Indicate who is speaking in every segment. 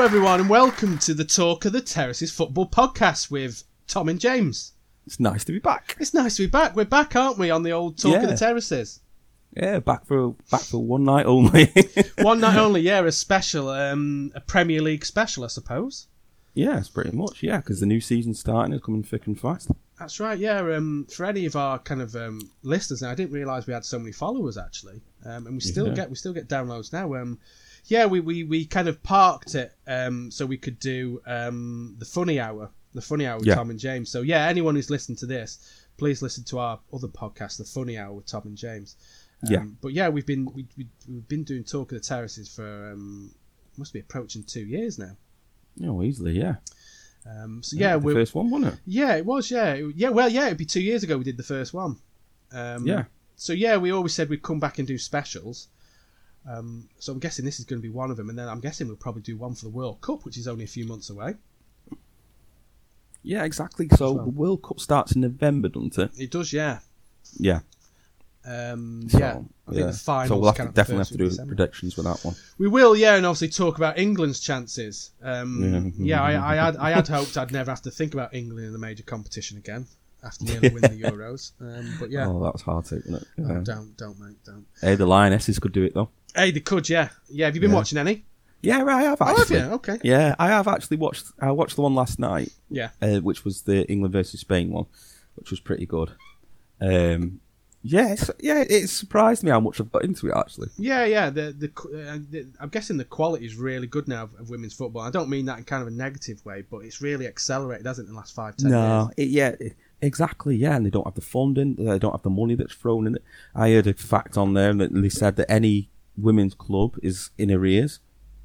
Speaker 1: everyone, and welcome to the Talk of the Terraces football podcast with Tom and James.
Speaker 2: It's nice to be back.
Speaker 1: It's nice to be back. We're back, aren't we, on the old Talk of
Speaker 2: Yeah.
Speaker 1: the Terraces?
Speaker 2: Yeah, back for back for one night only.
Speaker 1: One night only, yeah, a special, um, a Premier League special, I suppose.
Speaker 2: yeah, it's pretty much. Yeah, because the new season's starting. It's coming thick and fast.
Speaker 1: That's right, yeah. Um, for any of our kind of um, listeners, now I didn't realise we had so many followers actually, um, and we still
Speaker 2: Yeah.
Speaker 1: get we still get downloads now. Um, yeah, we, we, we kind of parked it um, so we could do um, the funny hour, the funny hour with
Speaker 2: Yeah.
Speaker 1: Tom and James. So yeah, anyone who's listened to this, please listen to our other podcast, the funny hour with Tom and James. Um,
Speaker 2: Yeah.
Speaker 1: But yeah, we've been we, we, we've been doing talk of the terraces for um, must be approaching two years now.
Speaker 2: Oh, easily. Yeah.
Speaker 1: Um, so yeah,
Speaker 2: the
Speaker 1: we're
Speaker 2: first one, wasn't it?
Speaker 1: yeah, it was. Yeah, It- yeah. Well, yeah, it'd be two years ago we did the first one. Um,
Speaker 2: Yeah.
Speaker 1: So yeah, we always said we'd come back and do specials. Um, so I'm guessing this is going to be one of them, and then I'm guessing we'll probably do one for the World Cup, which is only a few months away.
Speaker 2: Yeah, exactly. So
Speaker 1: well.
Speaker 2: the World Cup starts in November, doesn't it?
Speaker 1: It does, yeah.
Speaker 2: Yeah.
Speaker 1: Um,
Speaker 2: So,
Speaker 1: yeah. I think the finals.
Speaker 2: So we'll have
Speaker 1: count
Speaker 2: to
Speaker 1: the
Speaker 2: definitely
Speaker 1: first
Speaker 2: have to
Speaker 1: week
Speaker 2: do
Speaker 1: of December.
Speaker 2: predictions with that one.
Speaker 1: We will, yeah, and obviously talk about England's chances. Um, yeah,
Speaker 2: Yeah.
Speaker 1: I, I had I had hoped I'd never have to think about England in a major competition again after nearly winning the Euros. Um, but yeah,
Speaker 2: Oh, that was hard to, wasn't it?
Speaker 1: Oh,
Speaker 2: Yeah.
Speaker 1: don't don't mate, don't.
Speaker 2: Hey, the Lionesses could do it though.
Speaker 1: Hey, they could, yeah, yeah. Have you been
Speaker 2: Yeah.
Speaker 1: watching any?
Speaker 2: Yeah, I have
Speaker 1: Oh, have
Speaker 2: actually.
Speaker 1: you? Okay.
Speaker 2: Yeah, I have actually watched. I watched the one last night,
Speaker 1: Yeah.
Speaker 2: uh, which was the England versus Spain one, which was pretty good. Um, yeah, it's, yeah, it surprised me how much I've got into it actually.
Speaker 1: Yeah, yeah. The the, qu- uh, the I'm guessing the quality is really good now of, of women's football. I don't mean that in kind of a negative way, but it's really accelerated, hasn't it, in the last five ten years?
Speaker 2: No, it, yeah, it- exactly. Yeah, and they don't have the funding, they don't have the money that's thrown in it. I heard a fact on there that they said that any women's club is in arrears.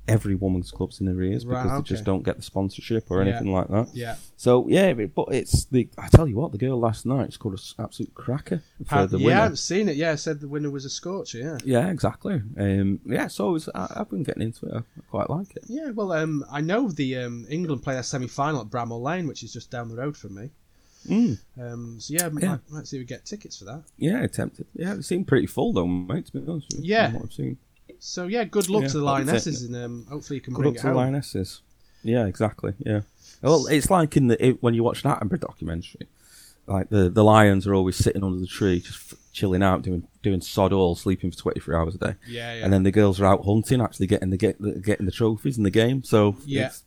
Speaker 2: Every women's club's in arrears
Speaker 1: Right,
Speaker 2: because
Speaker 1: okay.
Speaker 2: they just don't get the sponsorship or
Speaker 1: Yeah.
Speaker 2: anything like that.
Speaker 1: Yeah.
Speaker 2: So yeah, but but it's the I tell you what, the girl last night scored an absolute cracker for
Speaker 1: Uh,
Speaker 2: the
Speaker 1: yeah, I
Speaker 2: winner.
Speaker 1: haven't seen it. Yeah, I said the winner was a scorcher. Yeah.
Speaker 2: Yeah, exactly. Um, yeah, so it's, I, I've been getting into it. I, I quite like it.
Speaker 1: Yeah. Well, um, I know the um, England play their semi final at Bramall Lane, which is just down the road from me.
Speaker 2: Mm.
Speaker 1: Um, so yeah, I
Speaker 2: Yeah.
Speaker 1: Might, might see if we get tickets for that.
Speaker 2: Yeah, tempted. Yeah, it seemed pretty full though, mate. To be honest with you,
Speaker 1: Yeah.
Speaker 2: from what I've seen.
Speaker 1: So yeah, good luck
Speaker 2: Yeah,
Speaker 1: to the
Speaker 2: that'd be
Speaker 1: Lionesses, and um, hopefully you can
Speaker 2: Good
Speaker 1: bring
Speaker 2: up
Speaker 1: it
Speaker 2: to the
Speaker 1: home.
Speaker 2: lionesses. Yeah, exactly. Yeah. Well, it's like in the it, when you watch an Attenborough documentary, like the the lions are always sitting under the tree, just f- chilling out, doing doing sod all, sleeping for twenty four hours a day.
Speaker 1: Yeah, yeah.
Speaker 2: And then the girls are out hunting, actually getting the get the, getting the trophies in the game. So
Speaker 1: Yeah.
Speaker 2: it's,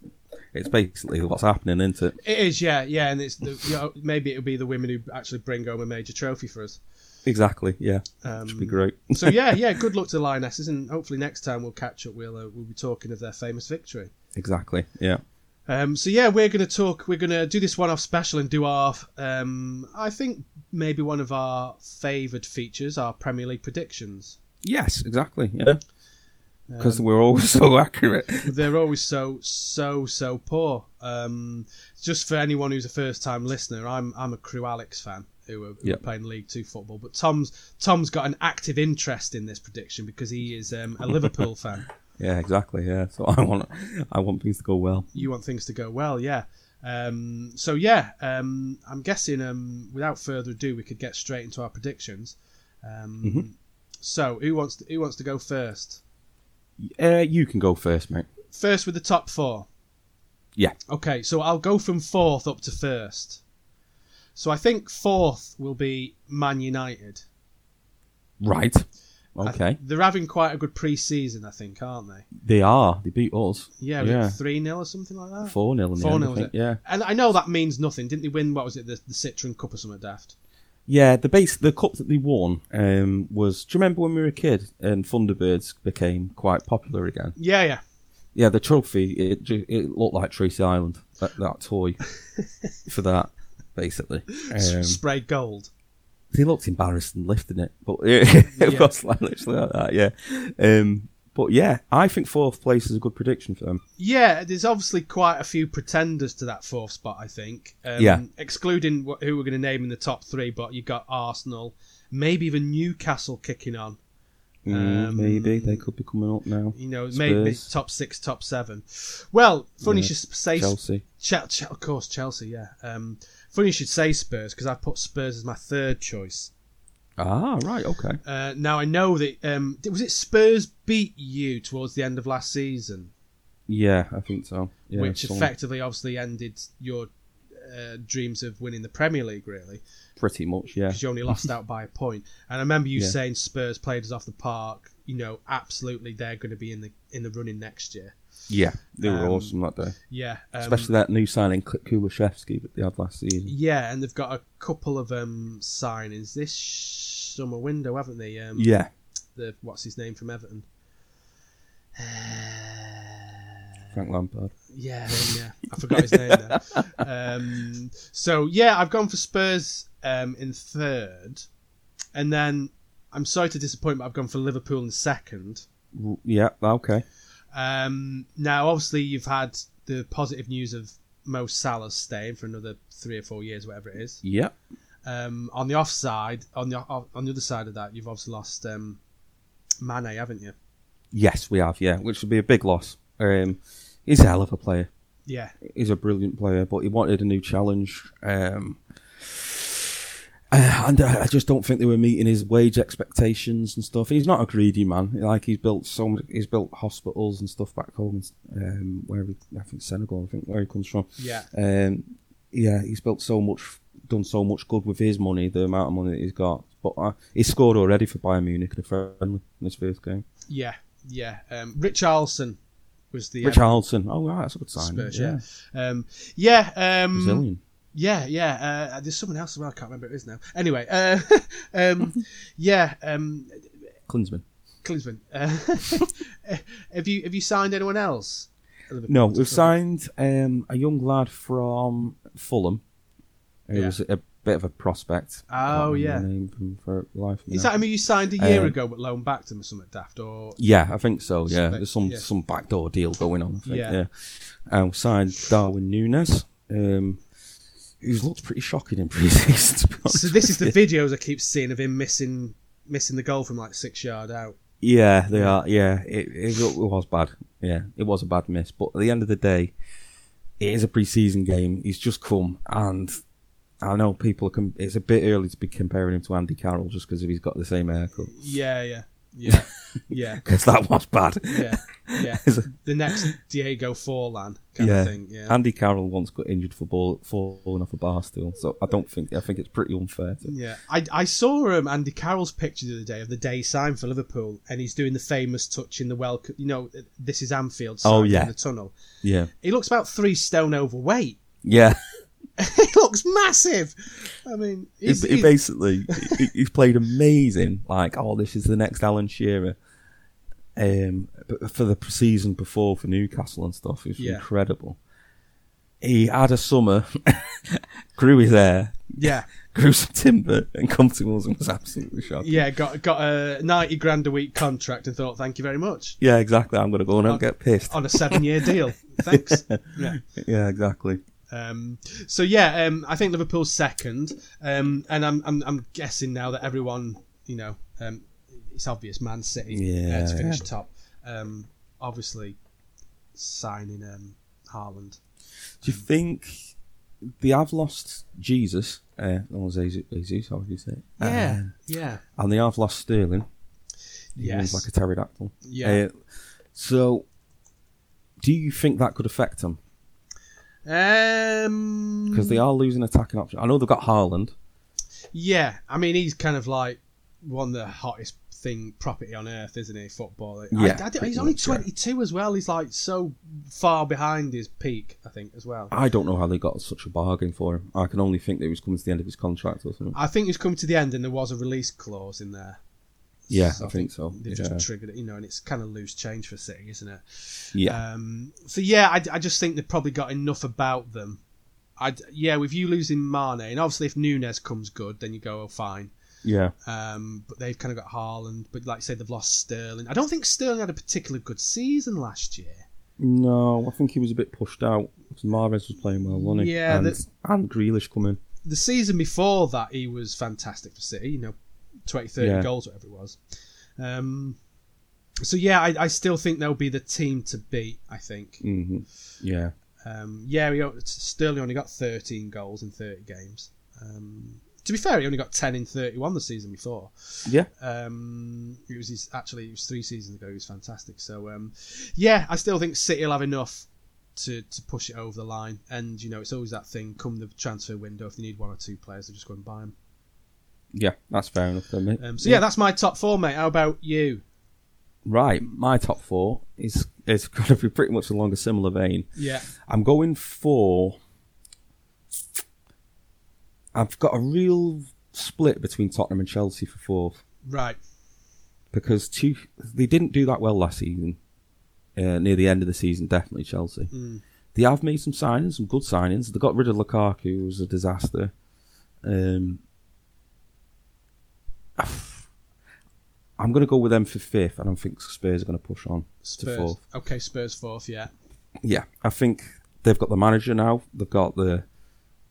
Speaker 2: it's basically what's happening, isn't it?
Speaker 1: It is, yeah, yeah, and it's the, you know, maybe it'll be the women who actually bring home a major trophy for us.
Speaker 2: Exactly. Yeah.
Speaker 1: Um,
Speaker 2: Should be great.
Speaker 1: so yeah, yeah. Good luck to the Lionesses, and hopefully next time we'll catch up. We'll uh, we'll be talking of their famous victory.
Speaker 2: Exactly. Yeah.
Speaker 1: Um, so yeah, we're going to talk. We're going to do this one-off special and do our, um, I think maybe one of our favoured features, our Premier League predictions.
Speaker 2: Yes, exactly. Yeah. Because
Speaker 1: Um,
Speaker 2: we're always so accurate.
Speaker 1: they're always so so so poor. Um, just for anyone who's a first-time listener, I'm I'm a Crew Alex fan who are, who are
Speaker 2: Yeah.
Speaker 1: playing League Two football, but Tom's Tom's got an active interest in this prediction because he is um, a Liverpool fan.
Speaker 2: Yeah, exactly. Yeah. So I want, I want things to go well.
Speaker 1: you want things to go well, yeah. Um, so yeah, um, I'm guessing um, without further ado, we could get straight into our predictions. Um,
Speaker 2: Mm-hmm.
Speaker 1: So who wants to, who wants to go first?
Speaker 2: Uh, you can go first, mate.
Speaker 1: First with the top four.
Speaker 2: Yeah.
Speaker 1: Okay, so I'll go from fourth up to first. So I think fourth will be Man United.
Speaker 2: Right.
Speaker 1: I-
Speaker 2: Okay.
Speaker 1: they're having quite a good pre-season, I think, aren't they?
Speaker 2: They are. They beat us.
Speaker 1: Yeah,
Speaker 2: Yeah.
Speaker 1: three 0 or something like that.
Speaker 2: Four 0 in the
Speaker 1: Four
Speaker 2: end, I
Speaker 1: nil, was
Speaker 2: think.
Speaker 1: it?
Speaker 2: Yeah.
Speaker 1: And I know that means nothing. Didn't they win? What was it? The, the Citroen Cup or something daft.
Speaker 2: Yeah. The base, the cup that they won um, was. Do you remember when we were a kid and Thunderbirds became quite popular again?
Speaker 1: Yeah, yeah.
Speaker 2: Yeah. The trophy. It ju- it looked like Tracy Island. That, that toy for that. Basically, um,
Speaker 1: sprayed gold.
Speaker 2: he looked embarrassed and lifting it, but it
Speaker 1: Yeah.
Speaker 2: was like literally like that. Yeah, um, but yeah, I think fourth place is a good prediction for them.
Speaker 1: Yeah, there's obviously quite a few pretenders to that fourth spot, I think. Um,
Speaker 2: Yeah.
Speaker 1: Excluding wh- who we're going to name in the top three, but you got Arsenal, maybe even Newcastle kicking on.
Speaker 2: Mm,
Speaker 1: Um,
Speaker 2: maybe they could be coming up now.
Speaker 1: You know, maybe
Speaker 2: Spurs.
Speaker 1: top six, top seven. Well, funny
Speaker 2: Yeah.
Speaker 1: you should say
Speaker 2: Chelsea.
Speaker 1: Chel- Chel- of course, Chelsea. Yeah. Um, funny you should say Spurs because I put Spurs as my third choice.
Speaker 2: Ah, right, okay.
Speaker 1: Uh, now I know that um, was it Spurs beat you towards the end of last season.
Speaker 2: Yeah, I think so. Yeah,
Speaker 1: which
Speaker 2: someone-
Speaker 1: effectively, obviously, ended your uh, dreams of winning the Premier League, really,
Speaker 2: pretty much. Yeah,
Speaker 1: because you only lost out by a point. And I remember you
Speaker 2: Yeah.
Speaker 1: saying Spurs played us off the park. You know, absolutely, they're going to be in the in the running next year.
Speaker 2: yeah, they were
Speaker 1: Um,
Speaker 2: awesome that day,
Speaker 1: Yeah, um,
Speaker 2: especially that new signing K- Kulishevsky that they had last season.
Speaker 1: yeah, and they've got a couple of um signings this summer window, haven't they? Um,
Speaker 2: Yeah,
Speaker 1: the what's his name from Everton? Uh,
Speaker 2: Frank Lampard.
Speaker 1: Yeah, him, yeah. I forgot his name. There. Um, so yeah, I've gone for Spurs um, in third, and then I'm sorry to disappoint, but I've gone for Liverpool in second.
Speaker 2: R- Yeah, okay.
Speaker 1: Um, now, obviously, you've had the positive news of Mo Salah staying for another three or four years, whatever it is.
Speaker 2: Yeah,
Speaker 1: Um, on the offside, on the on the other side of that, you've obviously lost um, Mane, haven't you?
Speaker 2: yes, we have. Yeah, which would be a big loss. Um, he's a hell of a player.
Speaker 1: Yeah,
Speaker 2: he's a brilliant player, but he wanted a new challenge. Um, uh, and I I just don't think they were meeting his wage expectations and stuff. He's not a greedy man. Like he's built so many, he's built hospitals and stuff back home, um, where he, I think Senegal, I think where he comes from.
Speaker 1: yeah,
Speaker 2: Um, yeah, he's built so much, done so much good with his money, the amount of money that he's got. But uh, he scored already for Bayern Munich in a friendly in his first game.
Speaker 1: yeah, yeah. Um, Rich Arlson was the
Speaker 2: Rich Richarlison, oh right, that's a good sign.
Speaker 1: Spurs,
Speaker 2: yeah.
Speaker 1: yeah. Um, yeah, um,
Speaker 2: Brazilian.
Speaker 1: yeah, yeah. Uh, there's someone else as well. I can't remember who it is now. Anyway, uh, um, yeah, um,
Speaker 2: Klinsmann.
Speaker 1: Klinsman. Uh, have you have you signed anyone else?
Speaker 2: No, we've signed um, a young lad from Fulham. He
Speaker 1: Yeah.
Speaker 2: was a bit of a prospect.
Speaker 1: Oh,
Speaker 2: Can't remember
Speaker 1: yeah.
Speaker 2: the name from- for life.
Speaker 1: Is
Speaker 2: now.
Speaker 1: that who you signed a year
Speaker 2: Um,
Speaker 1: ago but loaned back to him or something daft? Or
Speaker 2: yeah, I think so. Yeah,
Speaker 1: Something,
Speaker 2: there's some
Speaker 1: yeah.
Speaker 2: some backdoor deal going on. I think,
Speaker 1: Yeah.
Speaker 2: yeah. And we signed Darwin Nunes, um, who's looked pretty shocking in pre-season. To be honest
Speaker 1: so this is
Speaker 2: with
Speaker 1: the
Speaker 2: you.
Speaker 1: videos I keep seeing of him missing missing the goal from like six yard out.
Speaker 2: Yeah, they are. Yeah, it, it, it was bad. Yeah, it was a bad miss. But at the end of the day, it is a pre-season game. He's just come, and I know people can. It's a bit early to be comparing him to Andy Carroll just because he's got the same haircut.
Speaker 1: Yeah, yeah, yeah, yeah,
Speaker 2: Because that was bad.
Speaker 1: yeah, yeah. The next Diego Forlan kind
Speaker 2: Yeah.
Speaker 1: of thing. Yeah,
Speaker 2: Andy Carroll once got injured for ball, falling off a bar stool, so I don't think I think it's pretty unfair. To,
Speaker 1: Yeah, I, I saw um, Andy Carroll's picture the other day of the day he signed for Liverpool, and he's doing the famous touch in the welcome. You know, this is Anfield. sign
Speaker 2: Oh, yeah.
Speaker 1: in the tunnel.
Speaker 2: yeah,
Speaker 1: He looks about three stone overweight.
Speaker 2: yeah.
Speaker 1: he looks massive. I mean,
Speaker 2: He,
Speaker 1: he's,
Speaker 2: he
Speaker 1: he's-
Speaker 2: basically he, he's played amazing. Like, oh, this is the next Alan Shearer. Um, but for the season before for Newcastle and stuff, it was
Speaker 1: Yeah.
Speaker 2: incredible. He had a summer, grew his hair,
Speaker 1: yeah,
Speaker 2: grew some timber, and come to us and was absolutely shocked. Yeah,
Speaker 1: yeah. Got got a ninety grand a week contract and thought, thank you very much
Speaker 2: exactly. I'm gonna go and I'll get pissed.
Speaker 1: on a seven year deal. Thanks. Yeah.
Speaker 2: Yeah, exactly.
Speaker 1: Um, so yeah, um, I think Liverpool's second, um, and I'm, I'm I'm guessing now that everyone, you know, um, it's obvious Man City uh,
Speaker 2: Yeah.
Speaker 1: to finish top. Um, obviously, signing um, Haaland.
Speaker 2: Do you think they have lost Jesus? Uh, or Jesus, Jesus, how would you say? it? Uh,
Speaker 1: yeah,
Speaker 2: and they have lost Sterling. He runs
Speaker 1: yes,
Speaker 2: like a pterodactyl.
Speaker 1: yeah.
Speaker 2: Uh, so, do you think that could affect them? uh,
Speaker 1: um,
Speaker 2: Because they are losing attacking option. I know they've got Haaland.
Speaker 1: yeah, I mean, he's kind of like one of the hottest thing property on earth, isn't he? Football. I-
Speaker 2: Yeah,
Speaker 1: I, don't-
Speaker 2: pretty
Speaker 1: he's only
Speaker 2: much, yeah.
Speaker 1: 22 as well. He's like so far behind his peak, I think, as well.
Speaker 2: I don't know how they got such a bargain for him. I can only think that he was coming to the end of his contract or something.
Speaker 1: I think it's coming to the end, and there was a release clause in there.
Speaker 2: Yeah, I think so.
Speaker 1: They've
Speaker 2: Yeah.
Speaker 1: just triggered it, you know, and it's kind of loose change for City, isn't it?
Speaker 2: yeah.
Speaker 1: Um, so yeah, I, I just think they've probably got enough about them. I'd, yeah, with you losing Mane, and obviously if Nunes comes good, then you go, oh fine.
Speaker 2: Yeah.
Speaker 1: Um, but they've kind of got Haaland, but like I said, they've lost Sterling. I don't think Sterling had a particularly good season last year.
Speaker 2: No, I think he was a bit pushed out. 'cause Mahrez was playing well, wasn't he?
Speaker 1: Yeah,
Speaker 2: And,
Speaker 1: that's-
Speaker 2: and Grealish coming.
Speaker 1: The season before that, he was fantastic for City. You know, 20, 30
Speaker 2: Yeah.
Speaker 1: goals, whatever it was. Um, so yeah, I, I still think they'll be the team to beat. I think.
Speaker 2: hmm Yeah.
Speaker 1: Um, yeah, we, got- Sterling only got 13 goals in 30 games. Um, To be fair, he only got ten in thirty-one the season before.
Speaker 2: Yeah.
Speaker 1: Um, it was his, actually it was three seasons ago. He was fantastic. So um, yeah, I still think City will have enough to to push it over the line. And you know, it's always that thing. Come the transfer window, if they need one or two players, they just go and buy them.
Speaker 2: Yeah, that's fair enough, then, mate.
Speaker 1: Um, so yeah, that's my top four, mate. How about you?
Speaker 2: Right, my top four is is going to be pretty much along a similar vein.
Speaker 1: Yeah.
Speaker 2: I'm going for. I've got a real split between Tottenham and Chelsea for fourth
Speaker 1: Right.
Speaker 2: because two they didn't do that well last season. Uh, near the end of the season, definitely Chelsea.
Speaker 1: Mm.
Speaker 2: They have made some signings, some good signings. They got rid of Lukaku, who was a disaster. Um, I'm going to go with them for fifth. I don't think Spurs are going to push on.
Speaker 1: Spurs.
Speaker 2: fourth.
Speaker 1: Okay, Spurs fourth. Yeah.
Speaker 2: yeah, I think they've got the manager now. They've got the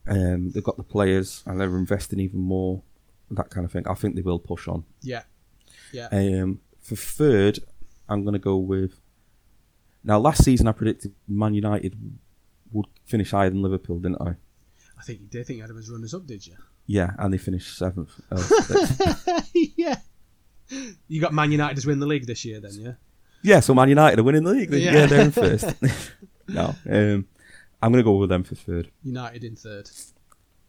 Speaker 2: um, they've got the players, and they're investing even more. That kind of thing. I think they will push on.
Speaker 1: Yeah. Yeah.
Speaker 2: Um, for third, I'm going to go with. Now, last season I predicted Man United would finish higher than Liverpool, didn't I?
Speaker 1: I think you did think you had him as runners up, did you?
Speaker 2: Yeah, and they finished seventh. Oh, sixth.
Speaker 1: yeah. You got Man United to win the league this year, then, yeah?
Speaker 2: yeah, so Man United are winning the league.
Speaker 1: Yeah.
Speaker 2: Yeah, they're in first. no, um, I'm going to go with them for third.
Speaker 1: United in third.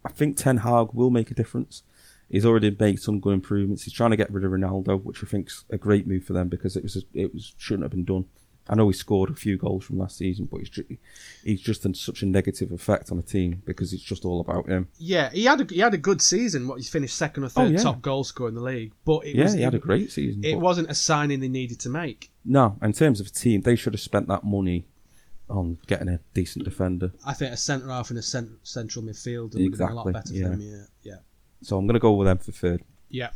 Speaker 2: I think Ten Hag will make a difference. He's already made some good improvements. He's trying to get rid of Ronaldo, which I think's a great move for them because it was a, it was shouldn't have been done. I know he scored a few goals from last season, but he's ju- he's just in such a negative effect on the team because it's just all about him.
Speaker 1: Yeah, he had a, he had a good season. What he finished second or third
Speaker 2: Oh, yeah.
Speaker 1: top goal scorer in the league, but it
Speaker 2: yeah,
Speaker 1: was
Speaker 2: he had a great season.
Speaker 1: it
Speaker 2: but-
Speaker 1: wasn't a signing they needed to make.
Speaker 2: no, in terms of team, they should have spent that money on getting a decent defender.
Speaker 1: I think a centre half and a cent- central midfielder would have been a lot
Speaker 2: Exactly,
Speaker 1: better
Speaker 2: yeah.
Speaker 1: for them. Yeah, yeah,
Speaker 2: So I'm going to go with them for third.
Speaker 1: yeah.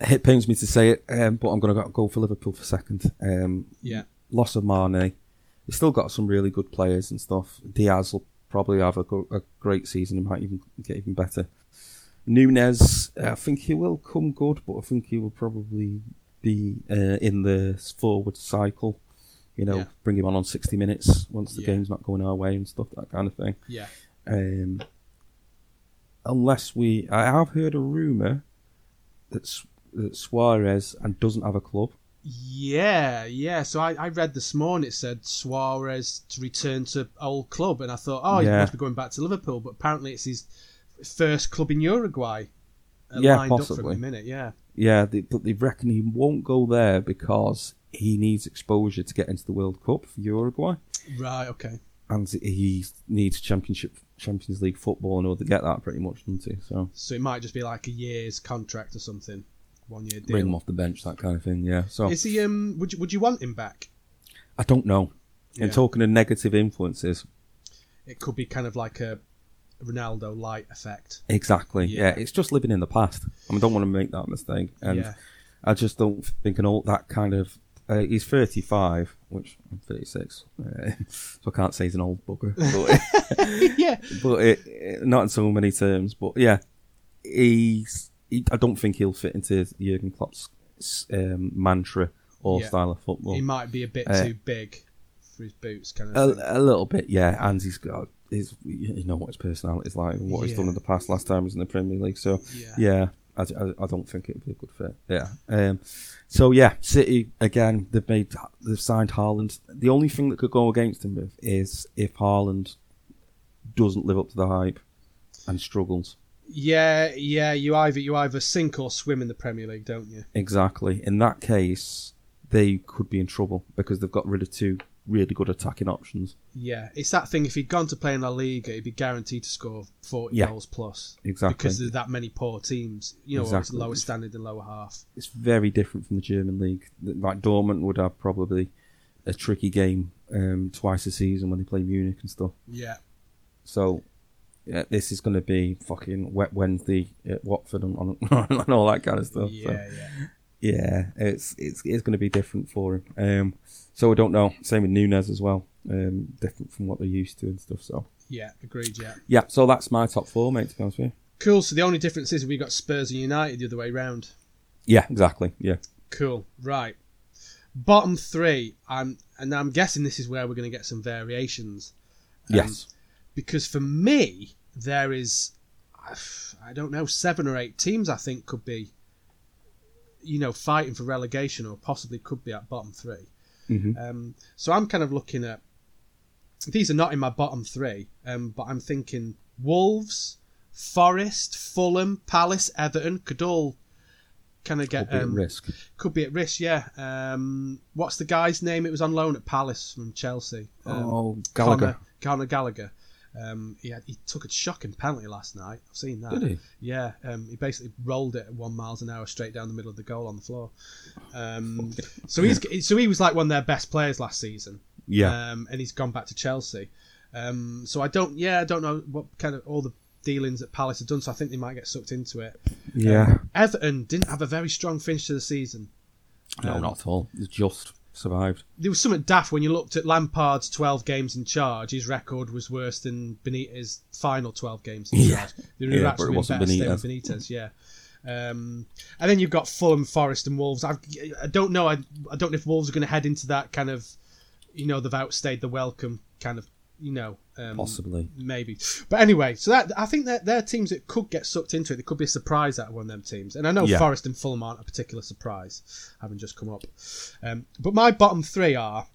Speaker 2: It pains me to say it, um, but I'm going to go for Liverpool for second. Um,
Speaker 1: Yeah.
Speaker 2: loss of Mane. He's still got some really good players and stuff. Diaz will probably have a, go- a great season. He might even get even better. Nunes, I think he will come good, but I think he will probably be uh, in the forward cycle. You know,
Speaker 1: Yeah.
Speaker 2: bring him on on 60 minutes once the
Speaker 1: Yeah.
Speaker 2: game's not going our way and stuff, that kind of thing.
Speaker 1: yeah.
Speaker 2: Um, unless we, I have heard a rumor that, Su- that Suarez and doesn't have a club.
Speaker 1: Yeah, yeah. So I, I read this morning it said Suarez to return to old club, and I thought, oh, he
Speaker 2: Yeah.
Speaker 1: must be going back to Liverpool. But apparently, it's his first club in Uruguay. uh,
Speaker 2: Yeah,
Speaker 1: lined up for
Speaker 2: possibly.
Speaker 1: him a minute. Yeah,
Speaker 2: Yeah, they, but they reckon he won't go there because he needs exposure to get into the World Cup for Uruguay,
Speaker 1: right. Okay.
Speaker 2: and he needs Championship Champions League football in order to get that, pretty much, doesn't he? So
Speaker 1: So it might just be like a year's contract or something, one year deal.
Speaker 2: bring him off the bench, that kind of thing. Yeah. So
Speaker 1: Is he? Um, would you would you want him back?
Speaker 2: I don't know.
Speaker 1: Yeah.
Speaker 2: And talking of negative influences,
Speaker 1: It could be kind of like a Ronaldo light effect.
Speaker 2: exactly. Yeah.
Speaker 1: Yeah.
Speaker 2: it's just living in the past. I, mean, I don't want to make that mistake, and
Speaker 1: yeah,
Speaker 2: I just don't think an all that kind of. Uh, he's 35, which I'm 36, uh, so I can't say he's an old bugger. But
Speaker 1: yeah,
Speaker 2: but it, it- not in so many terms. But yeah, he's. He, I don't think he'll fit into Jurgen Klopp's um, mantra or
Speaker 1: Yeah.
Speaker 2: style of football.
Speaker 1: he might be a bit
Speaker 2: uh,
Speaker 1: too big for his boots, kind of.
Speaker 2: a,
Speaker 1: thing.
Speaker 2: a little bit, yeah. And he's got his. You know what his personality's like, and what he's done
Speaker 1: Yeah.
Speaker 2: in the past. Last time he was in the Premier League, so
Speaker 1: Yeah.
Speaker 2: yeah. I, I, I don't think it would be a good fit. Yeah. Um, so yeah, City again. They've made they've signed Haaland. The only thing that could go against him is if Haaland doesn't live up to the hype and struggles.
Speaker 1: Yeah, yeah. You either you either sink or swim in the Premier League, don't you?
Speaker 2: Exactly. In that case, they could be in trouble because they've got rid of two really good attacking options.
Speaker 1: Yeah, it's that thing. If he'd gone to play in La Liga, he'd be guaranteed to score forty
Speaker 2: Yeah.
Speaker 1: goals plus
Speaker 2: Exactly.
Speaker 1: because there's that many poor teams. You know,
Speaker 2: Exactly.
Speaker 1: it's lower standard and lower half.
Speaker 2: it's very different from the German league. Like Dortmund would have probably a tricky game um, twice a season when they play Munich and stuff.
Speaker 1: Yeah,
Speaker 2: So yeah, this is going to be fucking wet Wednesday at Watford and, on, and all that kind of stuff. So,
Speaker 1: yeah, yeah.
Speaker 2: yeah, it's it's it's going to be different for him. Um, so I don't know. Same with Nunes as well. Um, different from what they're used to and stuff. So
Speaker 1: Yeah, agreed. Yeah,
Speaker 2: Yeah, so that's my top four, mate, to be honest with you.
Speaker 1: cool. So the only difference is we got Spurs and United the other way round.
Speaker 2: Yeah, exactly. Yeah.
Speaker 1: Cool. Right. Bottom three. I'm and I'm guessing this is where we're going to get some variations
Speaker 2: yes.
Speaker 1: because for me there is I don't know, seven or eight teams I think could be, you know, fighting for relegation or possibly could be at bottom 3
Speaker 2: Mhm.
Speaker 1: Um, so I'm kind of looking at these are not in my bottom three, um, but I'm thinking Wolves, Forest, Fulham, Palace, Everton could all kind of
Speaker 2: Could
Speaker 1: get
Speaker 2: be at
Speaker 1: um,
Speaker 2: risk.
Speaker 1: could be at risk. Yeah. Um, what's the guy's name? It was on loan at Palace from Chelsea. Um,
Speaker 2: oh, Gallagher.
Speaker 1: Conor, Conor Gallagher. Um, he, had, he took a shocking penalty last night. I've seen that.
Speaker 2: Did he?
Speaker 1: Yeah, um, he basically rolled it at one miles an hour straight down the middle of the goal on the floor. Um, so he's so he was like one of their best players last season.
Speaker 2: Yeah.
Speaker 1: Um, and he's gone back to Chelsea. Um, so I don't, yeah, I don't know what kind of all the dealings that Palace have done. So I think they might get sucked into it.
Speaker 2: yeah.
Speaker 1: Everton didn't have a very strong finish to the season.
Speaker 2: no, not at all. It's just survived.
Speaker 1: there was something daft when you looked at Lampard's 12 games in charge. His record was worse than Benitez's final 12 games in
Speaker 2: Yeah.
Speaker 1: charge. They were
Speaker 2: Yeah, but
Speaker 1: actually
Speaker 2: it
Speaker 1: been
Speaker 2: wasn't
Speaker 1: better staying with Benitez, yeah. Um, and then you've got Fulham, Forest, and Wolves. I've, I don't know. I, I don't know if Wolves are going to head into that kind of, you know, they've outstayed the welcome kind of, you know, um,
Speaker 2: Possibly.
Speaker 1: maybe. But anyway, so that I think that they're teams that could get sucked into it. There could be a surprise out of one of them teams. And I know
Speaker 2: Yeah.
Speaker 1: Forest and Fulham aren't a particular surprise, having just come up. Um, but my bottom three are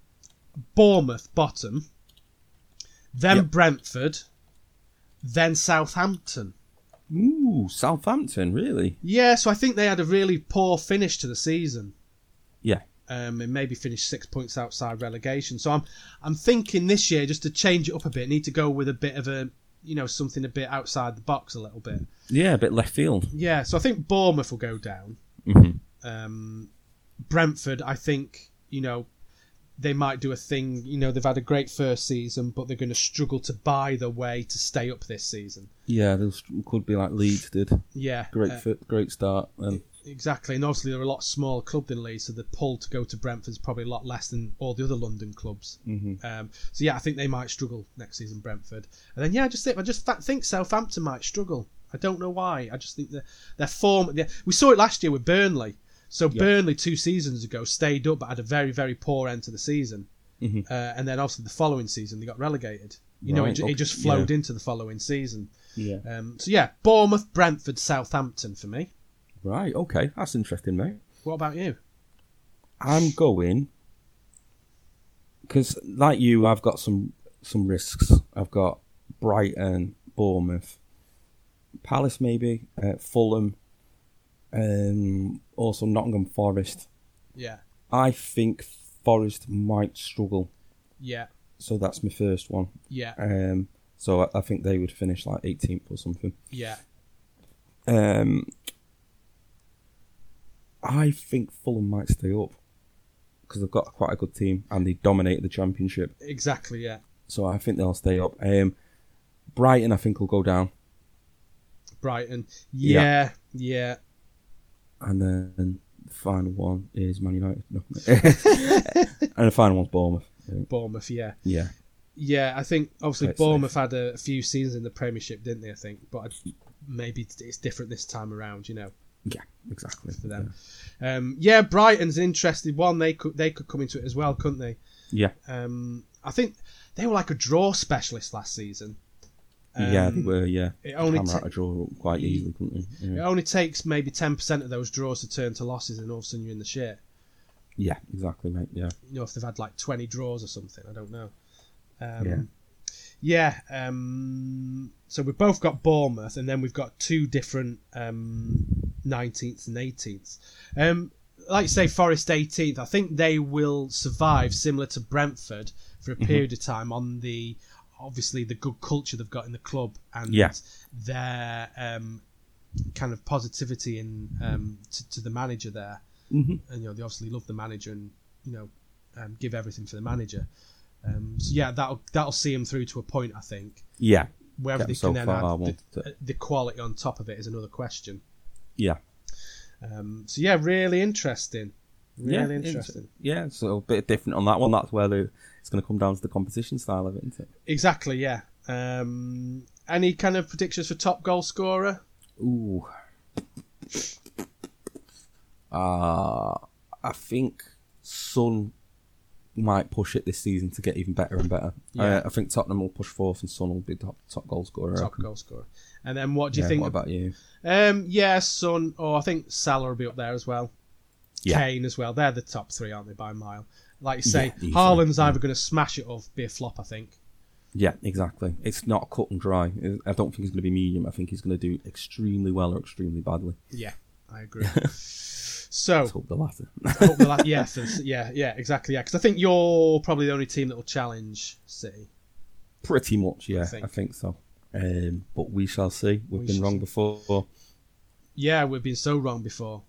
Speaker 1: Bournemouth bottom, then
Speaker 2: Yep.
Speaker 1: Brentford, then Southampton.
Speaker 2: Mm. Ooh, Southampton, really?
Speaker 1: Yeah, so I think they had a really poor finish to the season.
Speaker 2: Yeah.
Speaker 1: Um, and maybe finished six points outside relegation. So I'm I'm thinking this year just to change it up a bit. Need to go with a bit of a you know something a bit outside the box a little bit.
Speaker 2: Yeah, a bit left field.
Speaker 1: Yeah, so I think Bournemouth will go down.
Speaker 2: Mhm.
Speaker 1: Um, Brentford, I think you know they might do a thing. You know they've had a great first season, but they're going to struggle to buy their way to stay up this season.
Speaker 2: Yeah, those could be like Leeds did.
Speaker 1: Yeah,
Speaker 2: Great,
Speaker 1: uh,
Speaker 2: fit, great start. And
Speaker 1: exactly. And obviously they're a lot smaller club than Leeds, so the pull to go to Brentford's probably a lot less than all the other London clubs.
Speaker 2: Mm-hmm.
Speaker 1: Um, so yeah, I think they might struggle next season, Brentford. And then yeah, I just think I just fa- think Southampton might struggle. I don't know why. I just think that their form. yeah, we saw it last year with Burnley. So Burnley two seasons ago stayed up but had a very very poor end to the season, uh, and then obviously the following season they got relegated. You know, it,
Speaker 2: Mm-hmm. Right,
Speaker 1: ju-
Speaker 2: okay,
Speaker 1: it just flowed
Speaker 2: yeah.
Speaker 1: into the following season.
Speaker 2: yeah.
Speaker 1: Um, so yeah, Bournemouth, Brentford, Southampton for me.
Speaker 2: Right, okay. That's interesting, mate.
Speaker 1: What about you?
Speaker 2: I'm going because, like you, I've got some some risks. I've got Brighton, Bournemouth, Palace, maybe uh, Fulham, um, also Nottingham Forest.
Speaker 1: Yeah,
Speaker 2: I think Forest might struggle,
Speaker 1: yeah,
Speaker 2: so that's my first one.
Speaker 1: yeah,
Speaker 2: Um, so I, I think they would finish like 18th or something.
Speaker 1: yeah,
Speaker 2: Um, I think Fulham might stay up because they've got quite a good team and they dominated the championship.
Speaker 1: exactly. Yeah,
Speaker 2: So I think they'll stay up. Um, Brighton, I think, will go down,
Speaker 1: Brighton. Yeah,
Speaker 2: Yeah.
Speaker 1: yeah,
Speaker 2: and then the final one is Man United. No, and the final one's Bournemouth. I think.
Speaker 1: Bournemouth. Yeah,
Speaker 2: Yeah,
Speaker 1: yeah. I think obviously
Speaker 2: Quite safe.
Speaker 1: Bournemouth had a, a few seasons in the Premiership, didn't they? I think, but I, maybe it's- it's different this time around. You know,
Speaker 2: yeah, exactly.
Speaker 1: for them. Um, yeah, Brighton's an interesting one. They could they could come into it as well, couldn't they?
Speaker 2: Yeah,
Speaker 1: Um, I think they were like a draw specialist last season.
Speaker 2: yeah, yeah they
Speaker 1: Um,
Speaker 2: were. Yeah,
Speaker 1: it only
Speaker 2: hammer
Speaker 1: ta-
Speaker 2: out a draw up quite easily, couldn't they?
Speaker 1: It
Speaker 2: Yeah,
Speaker 1: only takes maybe ten percent of those draws to turn to losses, and all of a sudden you're in the shit.
Speaker 2: yeah exactly, mate. Yeah,
Speaker 1: you know if they've had like 20 draws or something i don't know
Speaker 2: Yeah.
Speaker 1: um, yeah um, so we've both got bournemouth and then we've got two different um, 19th and 18th um, like you say forest 18th i think they will survive similar to brentford for a
Speaker 2: Mm-hmm.
Speaker 1: period of time on the obviously the good culture they've got in the club and
Speaker 2: Yeah.
Speaker 1: their um, kind of positivity in um, to, to the manager there
Speaker 2: Mhm.
Speaker 1: and you know they obviously love the manager and you know um, give everything for the manager. Um, so yeah, that'll that'll see him through to a point, I think.
Speaker 2: yeah,
Speaker 1: Whether
Speaker 2: Get
Speaker 1: they
Speaker 2: 'em
Speaker 1: can
Speaker 2: so
Speaker 1: then
Speaker 2: far, I
Speaker 1: add
Speaker 2: want
Speaker 1: the, the quality on top of it is another question.
Speaker 2: yeah.
Speaker 1: Um, so yeah, really interesting. Really
Speaker 2: Yeah,
Speaker 1: interesting.
Speaker 2: Yeah, so a bit different on that one. That's where the, it's going to come down to the competition style of it, isn't it?
Speaker 1: Exactly. Yeah. Um, any kind of predictions for top goal scorer?
Speaker 2: Ooh. Uh, I think Sun might push it this season to get even better and better.
Speaker 1: Yeah.
Speaker 2: Uh, I think Tottenham will push fourth, and Son will be top top goal scorer. I
Speaker 1: top
Speaker 2: reckon.
Speaker 1: goal scorer. And then what do you
Speaker 2: Yeah,
Speaker 1: think?
Speaker 2: What about you?
Speaker 1: um, yeah, Son. Oh, I think Salah will be up there as well.
Speaker 2: Yeah.
Speaker 1: Kane as well. They're the top three, aren't they? By a mile. Like you say,
Speaker 2: Yeah, easily, Mm.
Speaker 1: Haaland's either going to smash it or be a flop. I think.
Speaker 2: Yeah, exactly. It's not cut and dry. I don't think he's going to be medium. I think he's going to do extremely well or extremely badly.
Speaker 1: Yeah, I agree. so
Speaker 2: Let's hope the latter.
Speaker 1: hope the la- yes, it's- yeah, yeah, exactly. Yeah, because I think you're probably the only team that will challenge City.
Speaker 2: Pretty much, yeah. I
Speaker 1: think.
Speaker 2: think, so. Um, but we shall see. We've
Speaker 1: We
Speaker 2: been
Speaker 1: shall
Speaker 2: wrong
Speaker 1: see.
Speaker 2: before.
Speaker 1: Yeah, we've been so wrong before.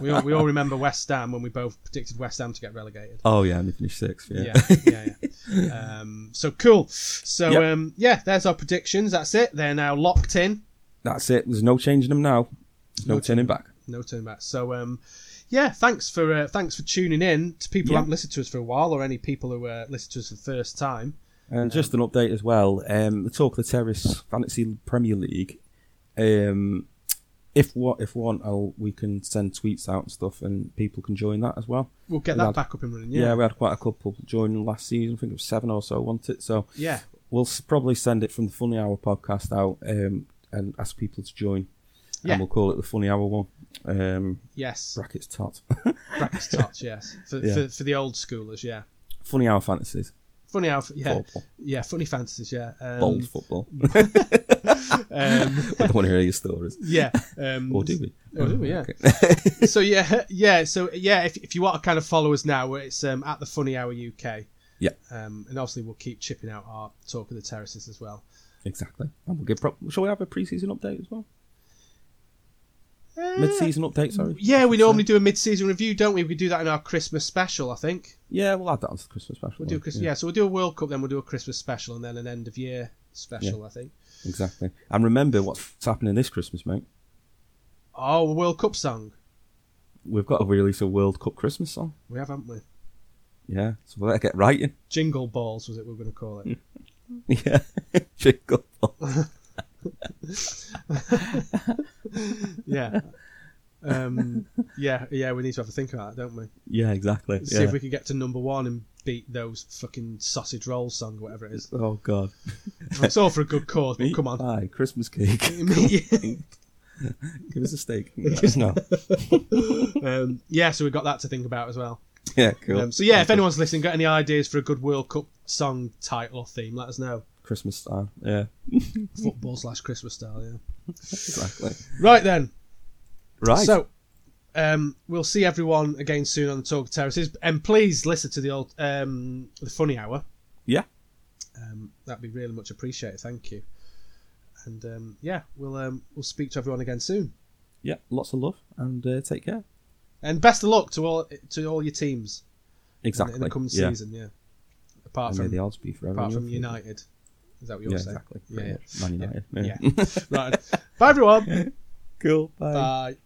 Speaker 1: we, all, we all remember West Ham when we both predicted West Ham to get relegated.
Speaker 2: Oh yeah, and they finished sixth. Yeah.
Speaker 1: Yeah, yeah, yeah. um, so cool. So
Speaker 2: Yep.
Speaker 1: um, yeah, there's our predictions. That's it. They're now locked in.
Speaker 2: that's it. There's no changing them now. There's no,
Speaker 1: No
Speaker 2: turning back.
Speaker 1: No turning back. So um, yeah, thanks for uh, thanks for tuning in to people who
Speaker 2: Yeah.
Speaker 1: haven't listened to us for a while, or any people who uh, listen to us for the first time.
Speaker 2: And just an update as well. Um, the Talk of the Terrace Fantasy Premier League. Um, if what if want, I'll, we can send tweets out and stuff, and people can join that as well.
Speaker 1: We'll get
Speaker 2: Yeah.
Speaker 1: that back up and running.
Speaker 2: Yeah,
Speaker 1: Yeah,
Speaker 2: we had quite a couple join last season. I think it was seven or so. Want it so.
Speaker 1: yeah,
Speaker 2: We'll s- probably send it from the Funny Hour podcast out um, and ask people to join.
Speaker 1: Yeah.
Speaker 2: And we'll call it the Funny Hour one. Um,
Speaker 1: yes.
Speaker 2: brackets tot.
Speaker 1: Brackets touch. Yes, for,
Speaker 2: Yeah.
Speaker 1: for, for the old schoolers. Yeah,
Speaker 2: funny Hour fantasies.
Speaker 1: funny how yeah
Speaker 2: Football.
Speaker 1: yeah funny fantasies. Yeah, um,
Speaker 2: Bold football.
Speaker 1: um,
Speaker 2: we don't want to hear your stories.
Speaker 1: yeah. Um,
Speaker 2: Or do we?
Speaker 1: Or do we, yeah.
Speaker 2: Okay.
Speaker 1: so yeah, yeah. So yeah, if, if you want to kind of follow us now, it's um, at the Funny Hour UK.
Speaker 2: Yeah.
Speaker 1: Um, and obviously we'll keep chipping out our talk of the terraces as well.
Speaker 2: Exactly. And we'll give. Pro- Shall we have a pre-season update as well?
Speaker 1: Uh,
Speaker 2: Mid-season update. Sorry.
Speaker 1: Yeah, we normally do a mid-season review, don't we? We do that in our Christmas special, I think.
Speaker 2: Yeah, we'll add that onto the Christmas special.
Speaker 1: We'll do a Christmas. Yeah. so we'll do a World Cup, then we'll do a Christmas special, and then an end of year special, I think.
Speaker 2: Exactly. And remember what's happening this Christmas, mate.
Speaker 1: Oh, a World Cup song.
Speaker 2: We've got to release a World Cup Christmas song.
Speaker 1: We have, haven't we?
Speaker 2: Yeah. So we better get writing.
Speaker 1: Jingle balls was it we were going to call it.
Speaker 2: Yeah. Jingle balls.
Speaker 1: yeah. Um, yeah, yeah. We need to have a think about that, don't we?
Speaker 2: Yeah. Exactly.
Speaker 1: See
Speaker 2: yeah.
Speaker 1: if we can get to number one and beat those fucking sausage roll song, or whatever it is.
Speaker 2: Oh God.
Speaker 1: It's all for a good cause, but
Speaker 2: Meat
Speaker 1: come on.
Speaker 2: Pie, Christmas cake. Give us a steak. no.
Speaker 1: um, yeah, so we've got that to think about as well.
Speaker 2: Yeah. Cool.
Speaker 1: Um, so yeah, if anyone's listening, got any ideas for a good World Cup song title or theme, let us know.
Speaker 2: Christmas style. Yeah.
Speaker 1: Football slash Christmas style, yeah.
Speaker 2: Exactly.
Speaker 1: Right then.
Speaker 2: Right.
Speaker 1: So um, we'll see everyone again soon on the Talk Terraces. And please listen to the old um, the funny hour.
Speaker 2: Yeah.
Speaker 1: Um, that'd be really much appreciated, thank you. And um, yeah, we'll um, we'll speak to everyone again soon.
Speaker 2: Yeah. Lots of love and uh, take care.
Speaker 1: And best of luck to all to all your teams in the-
Speaker 2: Exactly.
Speaker 1: in the coming
Speaker 2: yeah.
Speaker 1: season, yeah. Apart
Speaker 2: And may
Speaker 1: from
Speaker 2: the odds be forever. in
Speaker 1: apart
Speaker 2: your
Speaker 1: from
Speaker 2: favour.
Speaker 1: United. Is that what you're
Speaker 2: Yeah,
Speaker 1: saying?
Speaker 2: exactly.
Speaker 1: Yeah,
Speaker 2: Pretty much. Man United.
Speaker 1: yeah. yeah. right. Bye everyone. Uh,
Speaker 2: Cool. Bye.
Speaker 1: Bye.